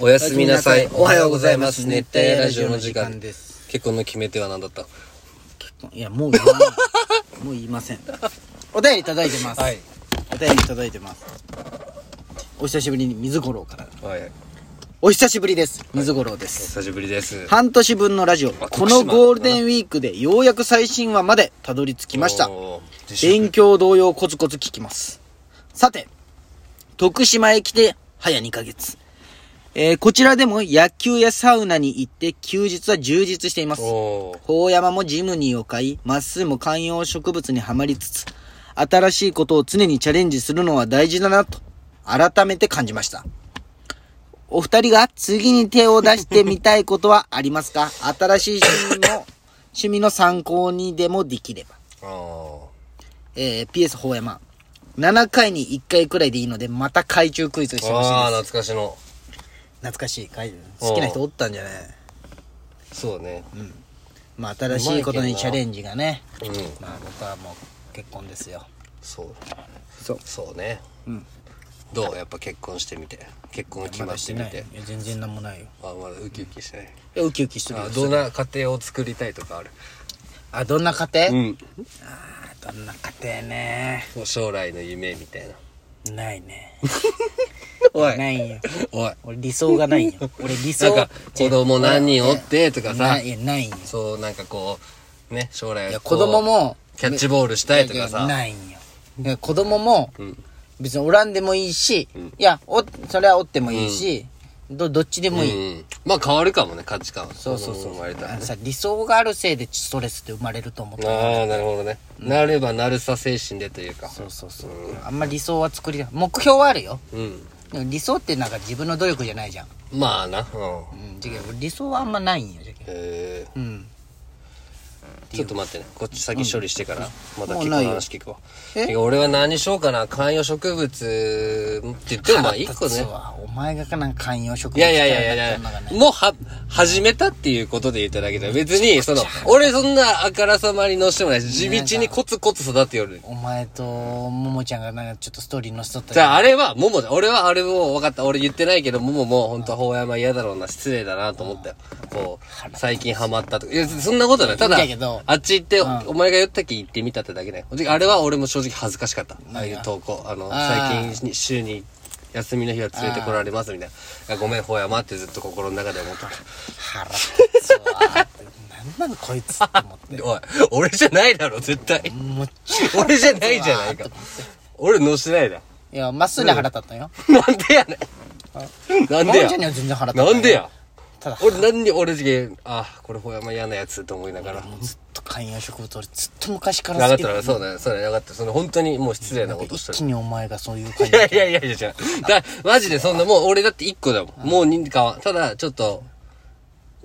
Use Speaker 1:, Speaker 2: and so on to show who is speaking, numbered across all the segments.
Speaker 1: おやすみなさい。おはようございます。熱帯夜ラジオの時間
Speaker 2: で
Speaker 1: ですす。結婚の決め手は何だった
Speaker 2: いやもう言わないもう言いませんお便りいただいてます、
Speaker 1: はい
Speaker 2: お便りいただいてますお久しぶりに水五郎から
Speaker 1: はい。
Speaker 2: お久しぶりです水五郎です、
Speaker 1: 久しぶりです。
Speaker 2: 半年分のラジオ
Speaker 1: あ
Speaker 2: このゴールデンウィークでようやく最新話までたどり着きました
Speaker 1: おー。
Speaker 2: 勉強同様コツコツ聞きます。さて、徳島へ来て早2ヶ月。えーこちらでも野球やサウナに行って休日は充実しています。
Speaker 1: おー
Speaker 2: 法山もジムニーを買い、まっすーも観葉植物にはまりつつ、新しいことを常にチャレンジするのは大事だなと、改めて感じました。お二人が次に手を出してみたいことはありますか新しい趣味の、趣味の参考にでもできれば。
Speaker 1: あ
Speaker 2: えー PS 法山。7回に1回くらいでいいので、また怪獣クイズし
Speaker 1: ー
Speaker 2: てほしい
Speaker 1: あー、
Speaker 2: です。
Speaker 1: 懐かしの。
Speaker 2: 懐かしい怪獣。好きな人おったんじゃない
Speaker 1: そうね。
Speaker 2: まあ、新しいことにチャレンジがね。
Speaker 1: うん。
Speaker 2: まあ、僕はもう結婚ですよ。
Speaker 1: そう。
Speaker 2: そう。
Speaker 1: そうね。
Speaker 2: うん。
Speaker 1: どうやっぱ結婚してみて。結婚決ましてみて。
Speaker 2: いや、全然なんもないよ。
Speaker 1: あ、まだウキウキしてない。
Speaker 2: いやウキウキしてるよ
Speaker 1: あ、どんな家庭を作りたいとかある
Speaker 2: あ、どんな家庭、
Speaker 1: ん。
Speaker 2: あどんな家庭ね。
Speaker 1: もう将来の夢みたいな。
Speaker 2: ない ね。
Speaker 1: おい
Speaker 2: ないよ。
Speaker 1: おい。
Speaker 2: 俺理想がない よ。俺理
Speaker 1: なん
Speaker 2: 想
Speaker 1: か、子供何人おってとかさ
Speaker 2: な、いや、ないよ。
Speaker 1: そう、なんかこう、ね、将来
Speaker 2: いや、
Speaker 1: こ
Speaker 2: 子
Speaker 1: う
Speaker 2: 供も、
Speaker 1: キャッチボールしたいとかさ。
Speaker 2: ないんよいや子供も
Speaker 1: ん
Speaker 2: 別におらんでもいいし、いやおそれはおってもいいし、どどっちでもいい、
Speaker 1: うん、まあ変わるかもね価値観は
Speaker 2: そうそうそ
Speaker 1: 子供
Speaker 2: う
Speaker 1: 生まれたら
Speaker 2: あの
Speaker 1: ね
Speaker 2: さ理想があるせいでストレスって生まれると思った
Speaker 1: ああなるほどね、なればなるさ精神でというか
Speaker 2: そうそうそう、あんま理想は作りな目標はあるよ
Speaker 1: うん
Speaker 2: でも理想ってなんか自分の努力じゃないじゃん、
Speaker 1: まあなうん
Speaker 2: うん、じゃけ俺理想はあんまないんよじゃけ
Speaker 1: へえ
Speaker 2: うん
Speaker 1: ちょっと待ってねこっち先処理してから、また
Speaker 2: も
Speaker 1: 結構
Speaker 2: うないよ
Speaker 1: 話聞くわ
Speaker 2: え
Speaker 1: てか俺は何しようかな観葉植物って言ってもまあ一個
Speaker 2: 腹立
Speaker 1: ね
Speaker 2: つわお前がかなんか観葉植物
Speaker 1: いやいやいやいやい
Speaker 2: みたなのが
Speaker 1: や、
Speaker 2: ね
Speaker 1: もうは、始めたっていうことで言っただけだよ。別に、その、俺そんなあからさまにのしてもないし、地道にコツコツ育てよる。
Speaker 2: お前とももちゃんがなんかちょっとストーリー載せとった
Speaker 1: じ
Speaker 2: じゃん
Speaker 1: ゃあ、あれは、ももだ。俺はあれも分かった。俺言ってないけど、ももも、本当は法山嫌だろうな、失礼だなと思ったよ。こう、最近ハマったとか。いや、そんなことない。ただ
Speaker 2: いいんだけど、
Speaker 1: あっち行って、お前が言ったき行ってみたってだけね。あれは俺も正直恥ずかしかった。ああいう投稿。あの、
Speaker 2: あー
Speaker 1: 最近に週に、休みの日は連れてこられますみたいな。ごめん、法山ってずっと心の中で思ってた。
Speaker 2: 腹立つわ。なんなのこいつって思って。
Speaker 1: おい、俺じゃないだろ、絶対。
Speaker 2: もうち
Speaker 1: 俺じゃないじゃないか。俺のしてないだ。
Speaker 2: いや、まっすぐに腹立ったよ。
Speaker 1: なんでやねん。なん
Speaker 2: も
Speaker 1: で
Speaker 2: ん
Speaker 1: や
Speaker 2: ちゃんに。は全然腹立った。
Speaker 1: なんでや。
Speaker 2: ただ、ずっ
Speaker 1: 俺何に俺じげあこれほやま嫌なやつと思いながら
Speaker 2: と観葉植物、俺ずっと昔か
Speaker 1: な
Speaker 2: ら
Speaker 1: か
Speaker 2: 好
Speaker 1: っ
Speaker 2: き
Speaker 1: た
Speaker 2: だ
Speaker 1: らそうだよそうだよなかったその本当にもう失礼なことしたら
Speaker 2: 一気にお前がそういう感
Speaker 1: い
Speaker 2: じ。
Speaker 1: やいやいやいやじゃあだマジでそんなもう俺だって一個だもんもう2かはただちょっと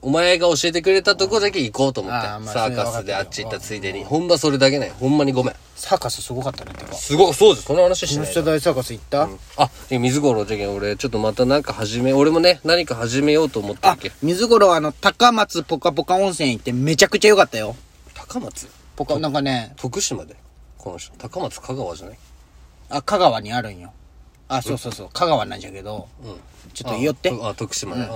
Speaker 1: お前が教えてくれたとこだけ行こうと思って
Speaker 2: あーまあ
Speaker 1: サーカスであっち行ったついでにほんまそれだけねほんまにごめん
Speaker 2: サーカスすごかったね、てか。
Speaker 1: すごいそうですこの話し
Speaker 2: 木
Speaker 1: ない
Speaker 2: 下大サーカス行った
Speaker 1: あで水五郎じゃけん俺ちょっとまたなんか始め俺もね何か始めようと思った
Speaker 2: あ
Speaker 1: っけ、
Speaker 2: 水頃あの、高松ポカポカ温泉行ってめちゃくちゃ良かったよ。
Speaker 1: 高松
Speaker 2: ポカ、なんかね、
Speaker 1: 徳島でこの人高松香川じゃない
Speaker 2: あ、香川にあるんよ。あ、そうそうそう、香川なんじゃけど、ちょっと寄って、
Speaker 1: ああ徳島ね、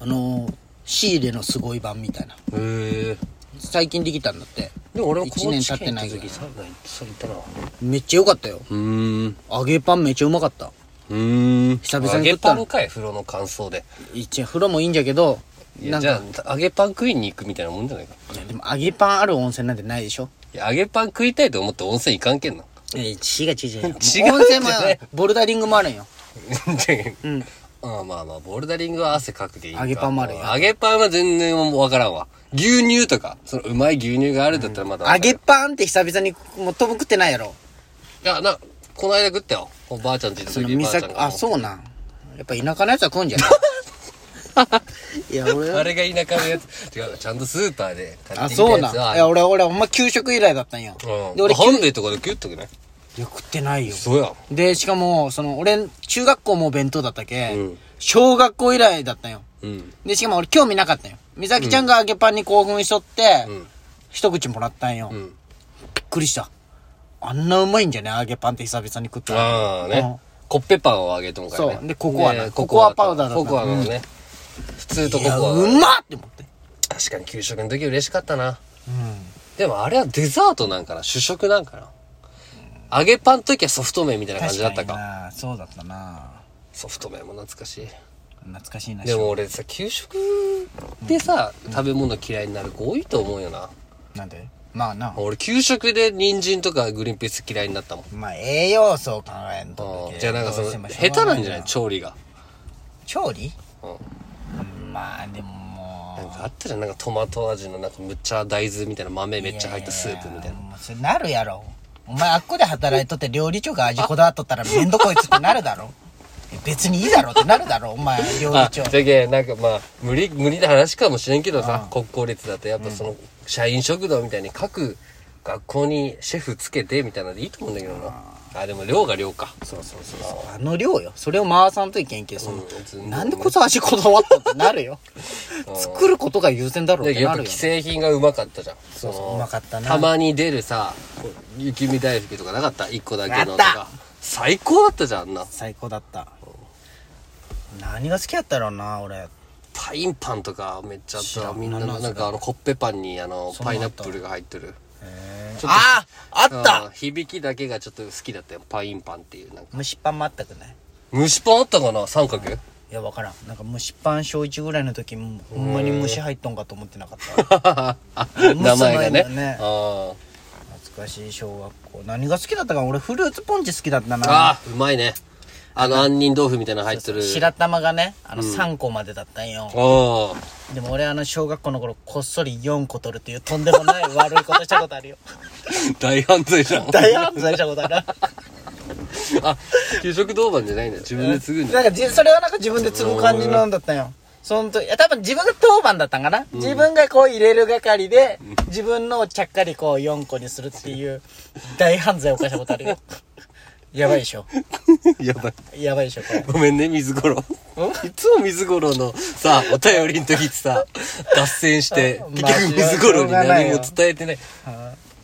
Speaker 2: あのー、仕入れのすごい版みたいな。
Speaker 1: うんへえ
Speaker 2: 最近できたんだって。
Speaker 1: でも俺も
Speaker 2: 一年経ってないぐらい
Speaker 1: 時サウナ行ってそう言ったなう
Speaker 2: めっちゃ良かったよ。
Speaker 1: ーん
Speaker 2: 揚げパンめっちゃうまかった。
Speaker 1: うーん
Speaker 2: 久々に
Speaker 1: 揚げ
Speaker 2: 食っ
Speaker 1: パ
Speaker 2: たの
Speaker 1: ンかい風呂の感想で
Speaker 2: 一応風呂もいいんじゃけど、
Speaker 1: い
Speaker 2: な
Speaker 1: や
Speaker 2: ん
Speaker 1: じ
Speaker 2: か、
Speaker 1: ゃあ揚げパン食いに行くみたいなもんじゃないか
Speaker 2: いやでも揚げパンある温泉なんてないでしょ
Speaker 1: いや揚げパン食いたいと思って温泉行かんけんな
Speaker 2: え、違う違 う違う。もう
Speaker 1: 違
Speaker 2: 温
Speaker 1: う
Speaker 2: 泉も
Speaker 1: じゃない、
Speaker 2: ボルダリングもあるんよ。
Speaker 1: うんああまあまあボルダリングは汗かくでいいか
Speaker 2: 揚げパンもあるよ
Speaker 1: 揚げパンは全然わからんわ牛乳とかそのうまい牛乳があるだったらまだわか
Speaker 2: 揚
Speaker 1: る
Speaker 2: げパンって久々に、もう飛ぶ食ってないやろ。
Speaker 1: いやなこの間食ったよおばあちゃんちの
Speaker 2: その
Speaker 1: 時ばあちゃん
Speaker 2: 岬、
Speaker 1: が
Speaker 2: あ、そうなん。やっぱ田舎のやつは食うんじゃない いや、俺は
Speaker 1: あれが田舎のやつ。違う、ちゃんとスーパーで買
Speaker 2: あ、
Speaker 1: ってきた
Speaker 2: そう
Speaker 1: や
Speaker 2: なん。
Speaker 1: つ
Speaker 2: い
Speaker 1: は。
Speaker 2: や、俺、俺、ほんま給食以来だったんよ。
Speaker 1: うん。
Speaker 2: で、
Speaker 1: 俺、
Speaker 2: 俺、給
Speaker 1: 半兵衛とかで食っとくね。
Speaker 2: いや食ってないよ。
Speaker 1: そうや。
Speaker 2: で、しかも、その、俺、中学校も弁当だったけ、
Speaker 1: うん
Speaker 2: 小学校以来だったんよ。
Speaker 1: うん。
Speaker 2: で、しかも俺興味なかったんよ。美咲ちゃんが揚げパンに興奮しとって、
Speaker 1: ん
Speaker 2: 一口もらったんよ、
Speaker 1: ん
Speaker 2: びっくりした。あんなうまいんじゃね揚げパンって久々に食ったら
Speaker 1: ああね。コッペパンをあげとんからね。
Speaker 2: そうでココアだ
Speaker 1: ね
Speaker 2: ココアパウダーだった
Speaker 1: ココアのね。普通と
Speaker 2: い
Speaker 1: ココ
Speaker 2: や、
Speaker 1: ア
Speaker 2: う
Speaker 1: は。
Speaker 2: まっって思って。
Speaker 1: 確かに給食の時嬉しかったな。
Speaker 2: うん。
Speaker 1: でもあれはデザートなんかな主食なんかな揚げパンの時はソフト麺みたいな感じだったか。
Speaker 2: なそうだったな
Speaker 1: ソフト麺も懐かしい。
Speaker 2: 懐かしいな
Speaker 1: でも俺さ、給食でさ、食べ物嫌いになる子多いと思うよな。
Speaker 2: なんでまあな
Speaker 1: 俺、給食で人参とかグリーンピース嫌いになったもん。
Speaker 2: まあ栄養素を考えんと
Speaker 1: うんじゃあなんかその、
Speaker 2: どうしてもしょう
Speaker 1: 下手なんじゃない
Speaker 2: が
Speaker 1: 調理が。
Speaker 2: 調理
Speaker 1: うん。
Speaker 2: うんまあでも
Speaker 1: なん
Speaker 2: も
Speaker 1: かあったじゃん、なんかトマト味のなんかむっちゃ大豆みたいな豆
Speaker 2: う
Speaker 1: めっちゃ入ったスープみたいな。
Speaker 2: なそれなるやろお前あっこで働いとって料理長が味こだわっとったらめんどこいつってなるだろ 別にいいだろってなるだろお前料理
Speaker 1: あ、
Speaker 2: 長
Speaker 1: だけどなんかまあ、無理、無理な話かもしれんけどさ、国公立だとやっぱその、社員食堂みたいに各学校にシェフつけてみたいなのでいいと思うんだけどな。あ、でも量が量か。
Speaker 2: そうそうそうそうあの量よそれを回さんといけんけどその、
Speaker 1: うん
Speaker 2: なんでこそ味こだわったってなるよ作ることが優先だろうっ
Speaker 1: で
Speaker 2: て
Speaker 1: や
Speaker 2: な
Speaker 1: っぱ
Speaker 2: る
Speaker 1: 既製
Speaker 2: よ
Speaker 1: 品がうまかったじゃん。そう
Speaker 2: そう
Speaker 1: の
Speaker 2: うまかったな
Speaker 1: まに出るさ、雪見大福とかなかった ?1 個だけのと
Speaker 2: あった
Speaker 1: か。最高だったじゃん、あんな。
Speaker 2: 最高だった何が好きやったろうな俺
Speaker 1: パインパンとかめっちゃあっ
Speaker 2: 知ら
Speaker 1: た。
Speaker 2: ん
Speaker 1: みんな、
Speaker 2: なんなん
Speaker 1: なんかあの、コッペパンにあの、
Speaker 2: そんな
Speaker 1: パ
Speaker 2: ん
Speaker 1: イ
Speaker 2: あ
Speaker 1: ナ
Speaker 2: っ
Speaker 1: ッ
Speaker 2: た
Speaker 1: プルが入ってる。
Speaker 2: あああった
Speaker 1: うん響きだけがちょっと好きだったよ。パインパンっていう。なんか
Speaker 2: 蒸しパンもあったくない
Speaker 1: 蒸しパンあったかな三角
Speaker 2: いや分からんなんか蒸しパン小1ぐらいの時もほんまに虫入っとんかと思ってなかったん
Speaker 1: 名前がね。
Speaker 2: 蒸す前だね
Speaker 1: あ
Speaker 2: 懐かしい小学校何が好きだったか俺フルーツポンチ好きだったな
Speaker 1: あああ、うまいね。あの、杏仁豆腐みたいなの入ってる。
Speaker 2: 白玉がねあの3個までだったんよ、
Speaker 1: ああ。
Speaker 2: でも俺あの小学校の頃こっそり4個取るっていうとんでもない悪いことしたことあるよ
Speaker 1: 大犯罪じゃん。
Speaker 2: 大犯罪したことある
Speaker 1: あ、給食当番じゃないんだ。自分で継ぐん
Speaker 2: な
Speaker 1: だ。
Speaker 2: んかじそれはなんか自分で積む感じなんだったよその時いや多分自分が当番だったんかな、自分がこう入れる係で自分のをちゃっかりこう4個にするっていう大犯罪を犯したことある よやばいでしょ
Speaker 1: やばい。
Speaker 2: やばいでしょこれ
Speaker 1: ごめんね、水五郎。いつも水五郎のさ、お便りの時ってさ、脱線して
Speaker 2: あ、
Speaker 1: 結
Speaker 2: まあ
Speaker 1: 局水五郎に
Speaker 2: しょうがない
Speaker 1: 何
Speaker 2: よ
Speaker 1: も伝えてない。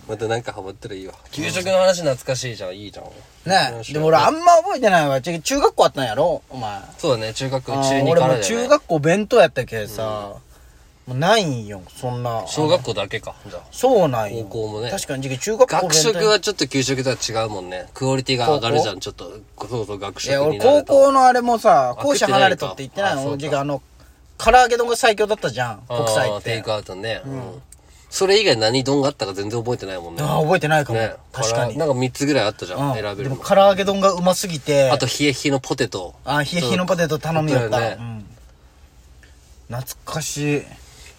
Speaker 1: またなんかハマったらいいわ。給食の話懐かしいじゃん、いいじゃん。
Speaker 2: ねえでも俺あんま覚えてないわち中学校あったんやろお前
Speaker 1: そうだね、中学校
Speaker 2: あ
Speaker 1: 中
Speaker 2: ー
Speaker 1: 二
Speaker 2: 俺
Speaker 1: か
Speaker 2: も
Speaker 1: ら
Speaker 2: う
Speaker 1: じゃ
Speaker 2: 中
Speaker 1: ない。
Speaker 2: 学校弁当やったけどさ、もうないんよそんな
Speaker 1: 小学校だけか、じゃあ。
Speaker 2: そうなんよ
Speaker 1: 高校もね
Speaker 2: 確かに時期中学校
Speaker 1: 学食
Speaker 2: 弁
Speaker 1: はちょっと給食とは違うもんね。クオリティが上がるじゃん、ちょっと。そうそう、学
Speaker 2: 当
Speaker 1: 食
Speaker 2: いや
Speaker 1: に
Speaker 2: 俺
Speaker 1: なる
Speaker 2: 高
Speaker 1: と。
Speaker 2: 校のあれもさ
Speaker 1: あ
Speaker 2: 校舎離れとって言ってない
Speaker 1: 食ってないのか
Speaker 2: の時期あの唐揚げ丼が最強だったじゃん
Speaker 1: あー
Speaker 2: 国際っ
Speaker 1: テイ
Speaker 2: て
Speaker 1: クアウトね。うんそれ以外何丼があったか全然覚えてないもんね。
Speaker 2: ああ覚えてないかも、
Speaker 1: ね。
Speaker 2: 確か
Speaker 1: ら
Speaker 2: に
Speaker 1: なんか3つぐらいあったじゃん、選
Speaker 2: うん
Speaker 1: べ
Speaker 2: で
Speaker 1: る
Speaker 2: も
Speaker 1: の。
Speaker 2: 唐揚げ丼がうますぎて
Speaker 1: あと、冷え冷えのポテト。
Speaker 2: あー冷え冷えのポテト頼みよった、
Speaker 1: そうだよ
Speaker 2: う
Speaker 1: ね
Speaker 2: ん懐かしい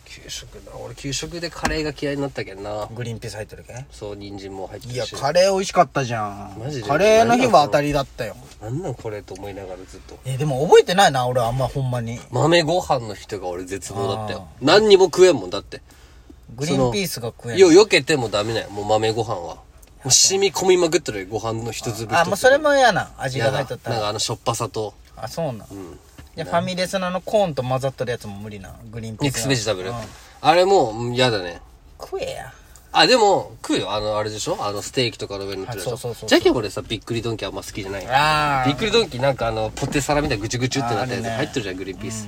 Speaker 1: 給食だ。俺、給食でカレーが嫌いになったけんな。
Speaker 2: グリーンピース入ってるけ
Speaker 1: そう、人参も入って
Speaker 2: い
Speaker 1: る
Speaker 2: や
Speaker 1: し。
Speaker 2: カレー美味しかったじゃん
Speaker 1: マジで
Speaker 2: カレーの日は当たりだったよ
Speaker 1: なんなんこれと思いながらずっと。
Speaker 2: えでも覚えてないな俺あんまほんまに
Speaker 1: 豆ご飯の人が俺絶望だったよ。何にも食えんもんだって。
Speaker 2: グリーンピースが食え
Speaker 1: よ、
Speaker 2: る
Speaker 1: 避けてもダメだよ。もう豆ご飯は。もう染み込みまくってるよ、ご飯の一粒一粒。
Speaker 2: あもうそれも嫌な味
Speaker 1: 嫌
Speaker 2: が
Speaker 1: だ
Speaker 2: 入っ
Speaker 1: なん
Speaker 2: とったら
Speaker 1: かあのしょっぱさと。
Speaker 2: あそうなん、じゃあファミレスのあのコーンと混ざっとるやつも無理なグリーンピー
Speaker 1: ミック
Speaker 2: ス
Speaker 1: ス
Speaker 2: は
Speaker 1: ベジタブル
Speaker 2: うん。
Speaker 1: あれも、うん嫌だね。
Speaker 2: 食えや
Speaker 1: あ、でも、食うよ。あの、あれでしょあの、ステーキとかの上に乗ってるでしょ
Speaker 2: あそうそうそうそう
Speaker 1: じゃけん俺さ、びっくりドンキーあんま好きじゃない。
Speaker 2: あ
Speaker 1: びっくりドンキーなんかあの、ポテサラみたいなぐちゅぐちゅってなったやつ
Speaker 2: ああるね
Speaker 1: 入ってるじゃん、グリーンピース。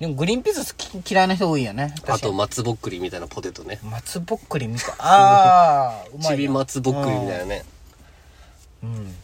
Speaker 2: でもグリーンピース好き嫌いな人多いよね
Speaker 1: あ
Speaker 2: 確か
Speaker 1: と、
Speaker 2: に
Speaker 1: 松ぼっくりみたいなポテトね。
Speaker 2: 松ぼっくりみ たいああうま
Speaker 1: ち
Speaker 2: い
Speaker 1: び
Speaker 2: よ
Speaker 1: 松ぼっくりみたいなね。
Speaker 2: うん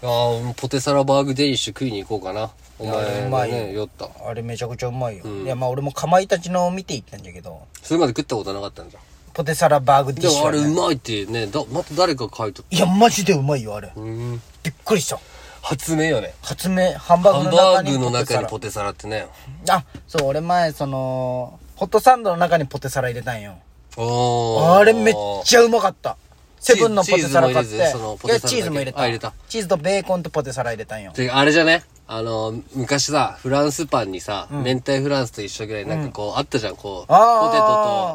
Speaker 1: ああ、もうポテサラバーグデニッシュ食いに行こうかな。お
Speaker 2: いや
Speaker 1: 前
Speaker 2: う
Speaker 1: も
Speaker 2: まいよ
Speaker 1: ね、酔った。
Speaker 2: あれめちゃくちゃうまいよ、いやまあ俺もかまいたちのを見ていったんだけど
Speaker 1: それまで食ったことなかったんじゃん。
Speaker 2: ポテサラバーグディ
Speaker 1: で
Speaker 2: ッシュ
Speaker 1: もあ
Speaker 2: はね、
Speaker 1: れうまいってね、だ、また誰か書いとっ
Speaker 2: いやマジでうまいよあれ
Speaker 1: た。うん。
Speaker 2: びっくりした
Speaker 1: 発明よね。
Speaker 2: 発明ハンバ
Speaker 1: ハ
Speaker 2: ー
Speaker 1: ン
Speaker 2: グの
Speaker 1: バ
Speaker 2: 中
Speaker 1: ー
Speaker 2: に
Speaker 1: グの中に
Speaker 2: ポ
Speaker 1: ポテサラってね。
Speaker 2: テサラあそう俺前そのホットサンドの中にポテサラ入れたんよ
Speaker 1: おー
Speaker 2: あれめっちゃうまかったセブンの
Speaker 1: チー
Speaker 2: ポテサラ買って
Speaker 1: チーズも入れ
Speaker 2: いや
Speaker 1: ずそのポテサラだけ
Speaker 2: チーズも入れた
Speaker 1: あ入れた
Speaker 2: チーズとベーコンとポテサラ入れたんよ
Speaker 1: てかあれじゃねあの、昔さ、フランスパンにさ、明太フランスと一緒ぐらいなんかこう、あったじゃん、こう、ポテトと。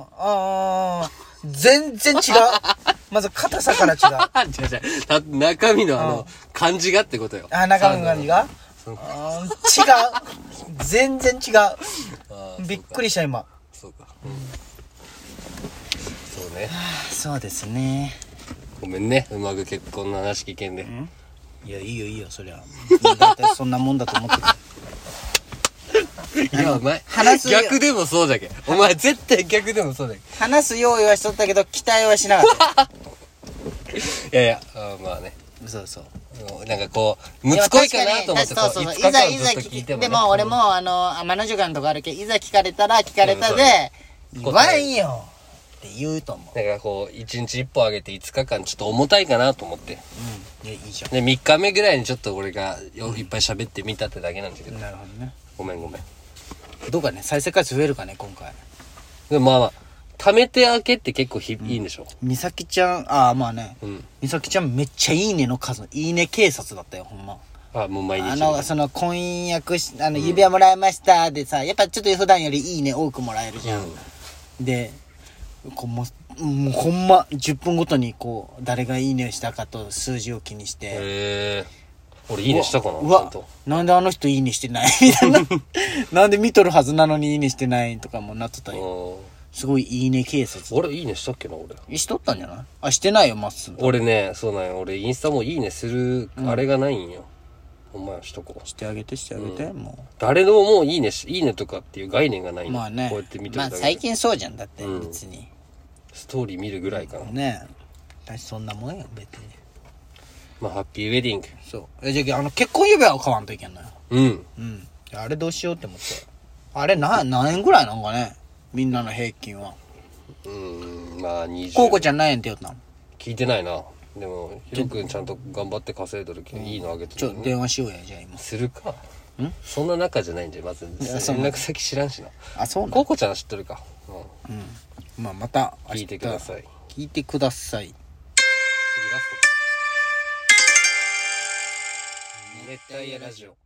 Speaker 2: あーあー全然違うまず硬さ から違う
Speaker 1: あ、違う違う。た中身のあの、感じがってことよ。
Speaker 2: あ中身の感じがあー違う全然違
Speaker 1: あ
Speaker 2: うびっくりした今
Speaker 1: そうか。うん。そうね。
Speaker 2: そうですね
Speaker 1: ごめんね。うまく結婚の話聞けんで。
Speaker 2: いやいいよいいよそりゃ大体そんなもんだと思っ てた
Speaker 1: いや、お前、
Speaker 2: 話すよ
Speaker 1: 逆でもそうだけ。お前、絶対逆でもそうだけ。
Speaker 2: 話す用意はしとったけど期待はしなかった
Speaker 1: いやいや、あまあね。
Speaker 2: そうそう
Speaker 1: なんかこう、むつこいかなと思って、
Speaker 2: いや
Speaker 1: こ
Speaker 2: 確かに
Speaker 1: う5
Speaker 2: そうそう
Speaker 1: 日
Speaker 2: いざ
Speaker 1: 間
Speaker 2: い
Speaker 1: ず
Speaker 2: ざ
Speaker 1: っと聞いて
Speaker 2: 聞
Speaker 1: も
Speaker 2: き
Speaker 1: ね。
Speaker 2: でも俺もあの天の時間とかあるけどいざ聞かれたら聞かれたで言わんよって言うと思う
Speaker 1: なんかこう、1日1歩上げて5日間ちょっと重たいかなと思って。
Speaker 2: うんいやいいじゃ
Speaker 1: で、3日目ぐらいにちょっと俺がよいっぱい喋ってみたってだけなんだけど
Speaker 2: ん。なるほどね
Speaker 1: ごめんごめん。
Speaker 2: どうかね再生回数増えるかね今回
Speaker 1: でもまあまあ、溜めて開けって結構ひ、いいんでしょ
Speaker 2: 美咲ちゃんああまあね
Speaker 1: うん。
Speaker 2: 美咲ちゃんめっちゃいいねの数いいね警察だったよほんま
Speaker 1: あ、もう毎
Speaker 2: あ
Speaker 1: 日。
Speaker 2: のその婚約しあの指輪もらいましたでさやっぱちょっと普段よりいいね多くもらえるじゃん、でこうもうもうほんま10分ごとにこう誰がいいねをしたかと数字を気にして、
Speaker 1: へえ。俺いいねしたかな
Speaker 2: う
Speaker 1: ちゃ
Speaker 2: わ
Speaker 1: んと
Speaker 2: なんであの人いいねしてない みたいななんで見とるはずなのにいいねしてないとかもなってた
Speaker 1: うん。
Speaker 2: よすごいいいね警察
Speaker 1: 俺いいねしたっけな、俺。
Speaker 2: しとったんじゃないあしてないよまっすー
Speaker 1: 俺ね、そうなんよ。俺、インスタもいいねする、あれがないんよ。お前しとこう。
Speaker 2: してあげてしてあげて、も
Speaker 1: 誰のもういいねし、いいねとかっていう概念がないうの
Speaker 2: まあね
Speaker 1: こうやって見て
Speaker 2: ま
Speaker 1: る
Speaker 2: あ
Speaker 1: だ
Speaker 2: 最
Speaker 1: けで。
Speaker 2: 近そうじゃんだって、
Speaker 1: うん
Speaker 2: 別に
Speaker 1: ストーリー見るぐらいかな。
Speaker 2: ねえ私そんなもんよ別に
Speaker 1: まあ、ハッピーウェディング。
Speaker 2: そうえじゃああの結婚指輪を買わんといけんのよ
Speaker 1: うん。
Speaker 2: うんあれどうしようって思ってあれな何円ぐらいなんかねみんなの平均は
Speaker 1: うーん、まあ、20。
Speaker 2: こうこちゃん何円って言ったの
Speaker 1: 聞いてないな。でも、ヒロ君ちゃんと頑張って稼いどるけど、いいのあげて
Speaker 2: ちょ
Speaker 1: る、
Speaker 2: 電話しようやじゃあ今
Speaker 1: するか。そんな仲じゃないんで、まず、連
Speaker 2: そう
Speaker 1: 絡先知らんしな。
Speaker 2: あそうな
Speaker 1: コ
Speaker 2: の
Speaker 1: ウコちゃんは知っとるか。うん。
Speaker 2: まあまた明日
Speaker 1: 聞いてください。
Speaker 2: 聞いてください
Speaker 1: 次ラスト。熱帯夜ラジオ。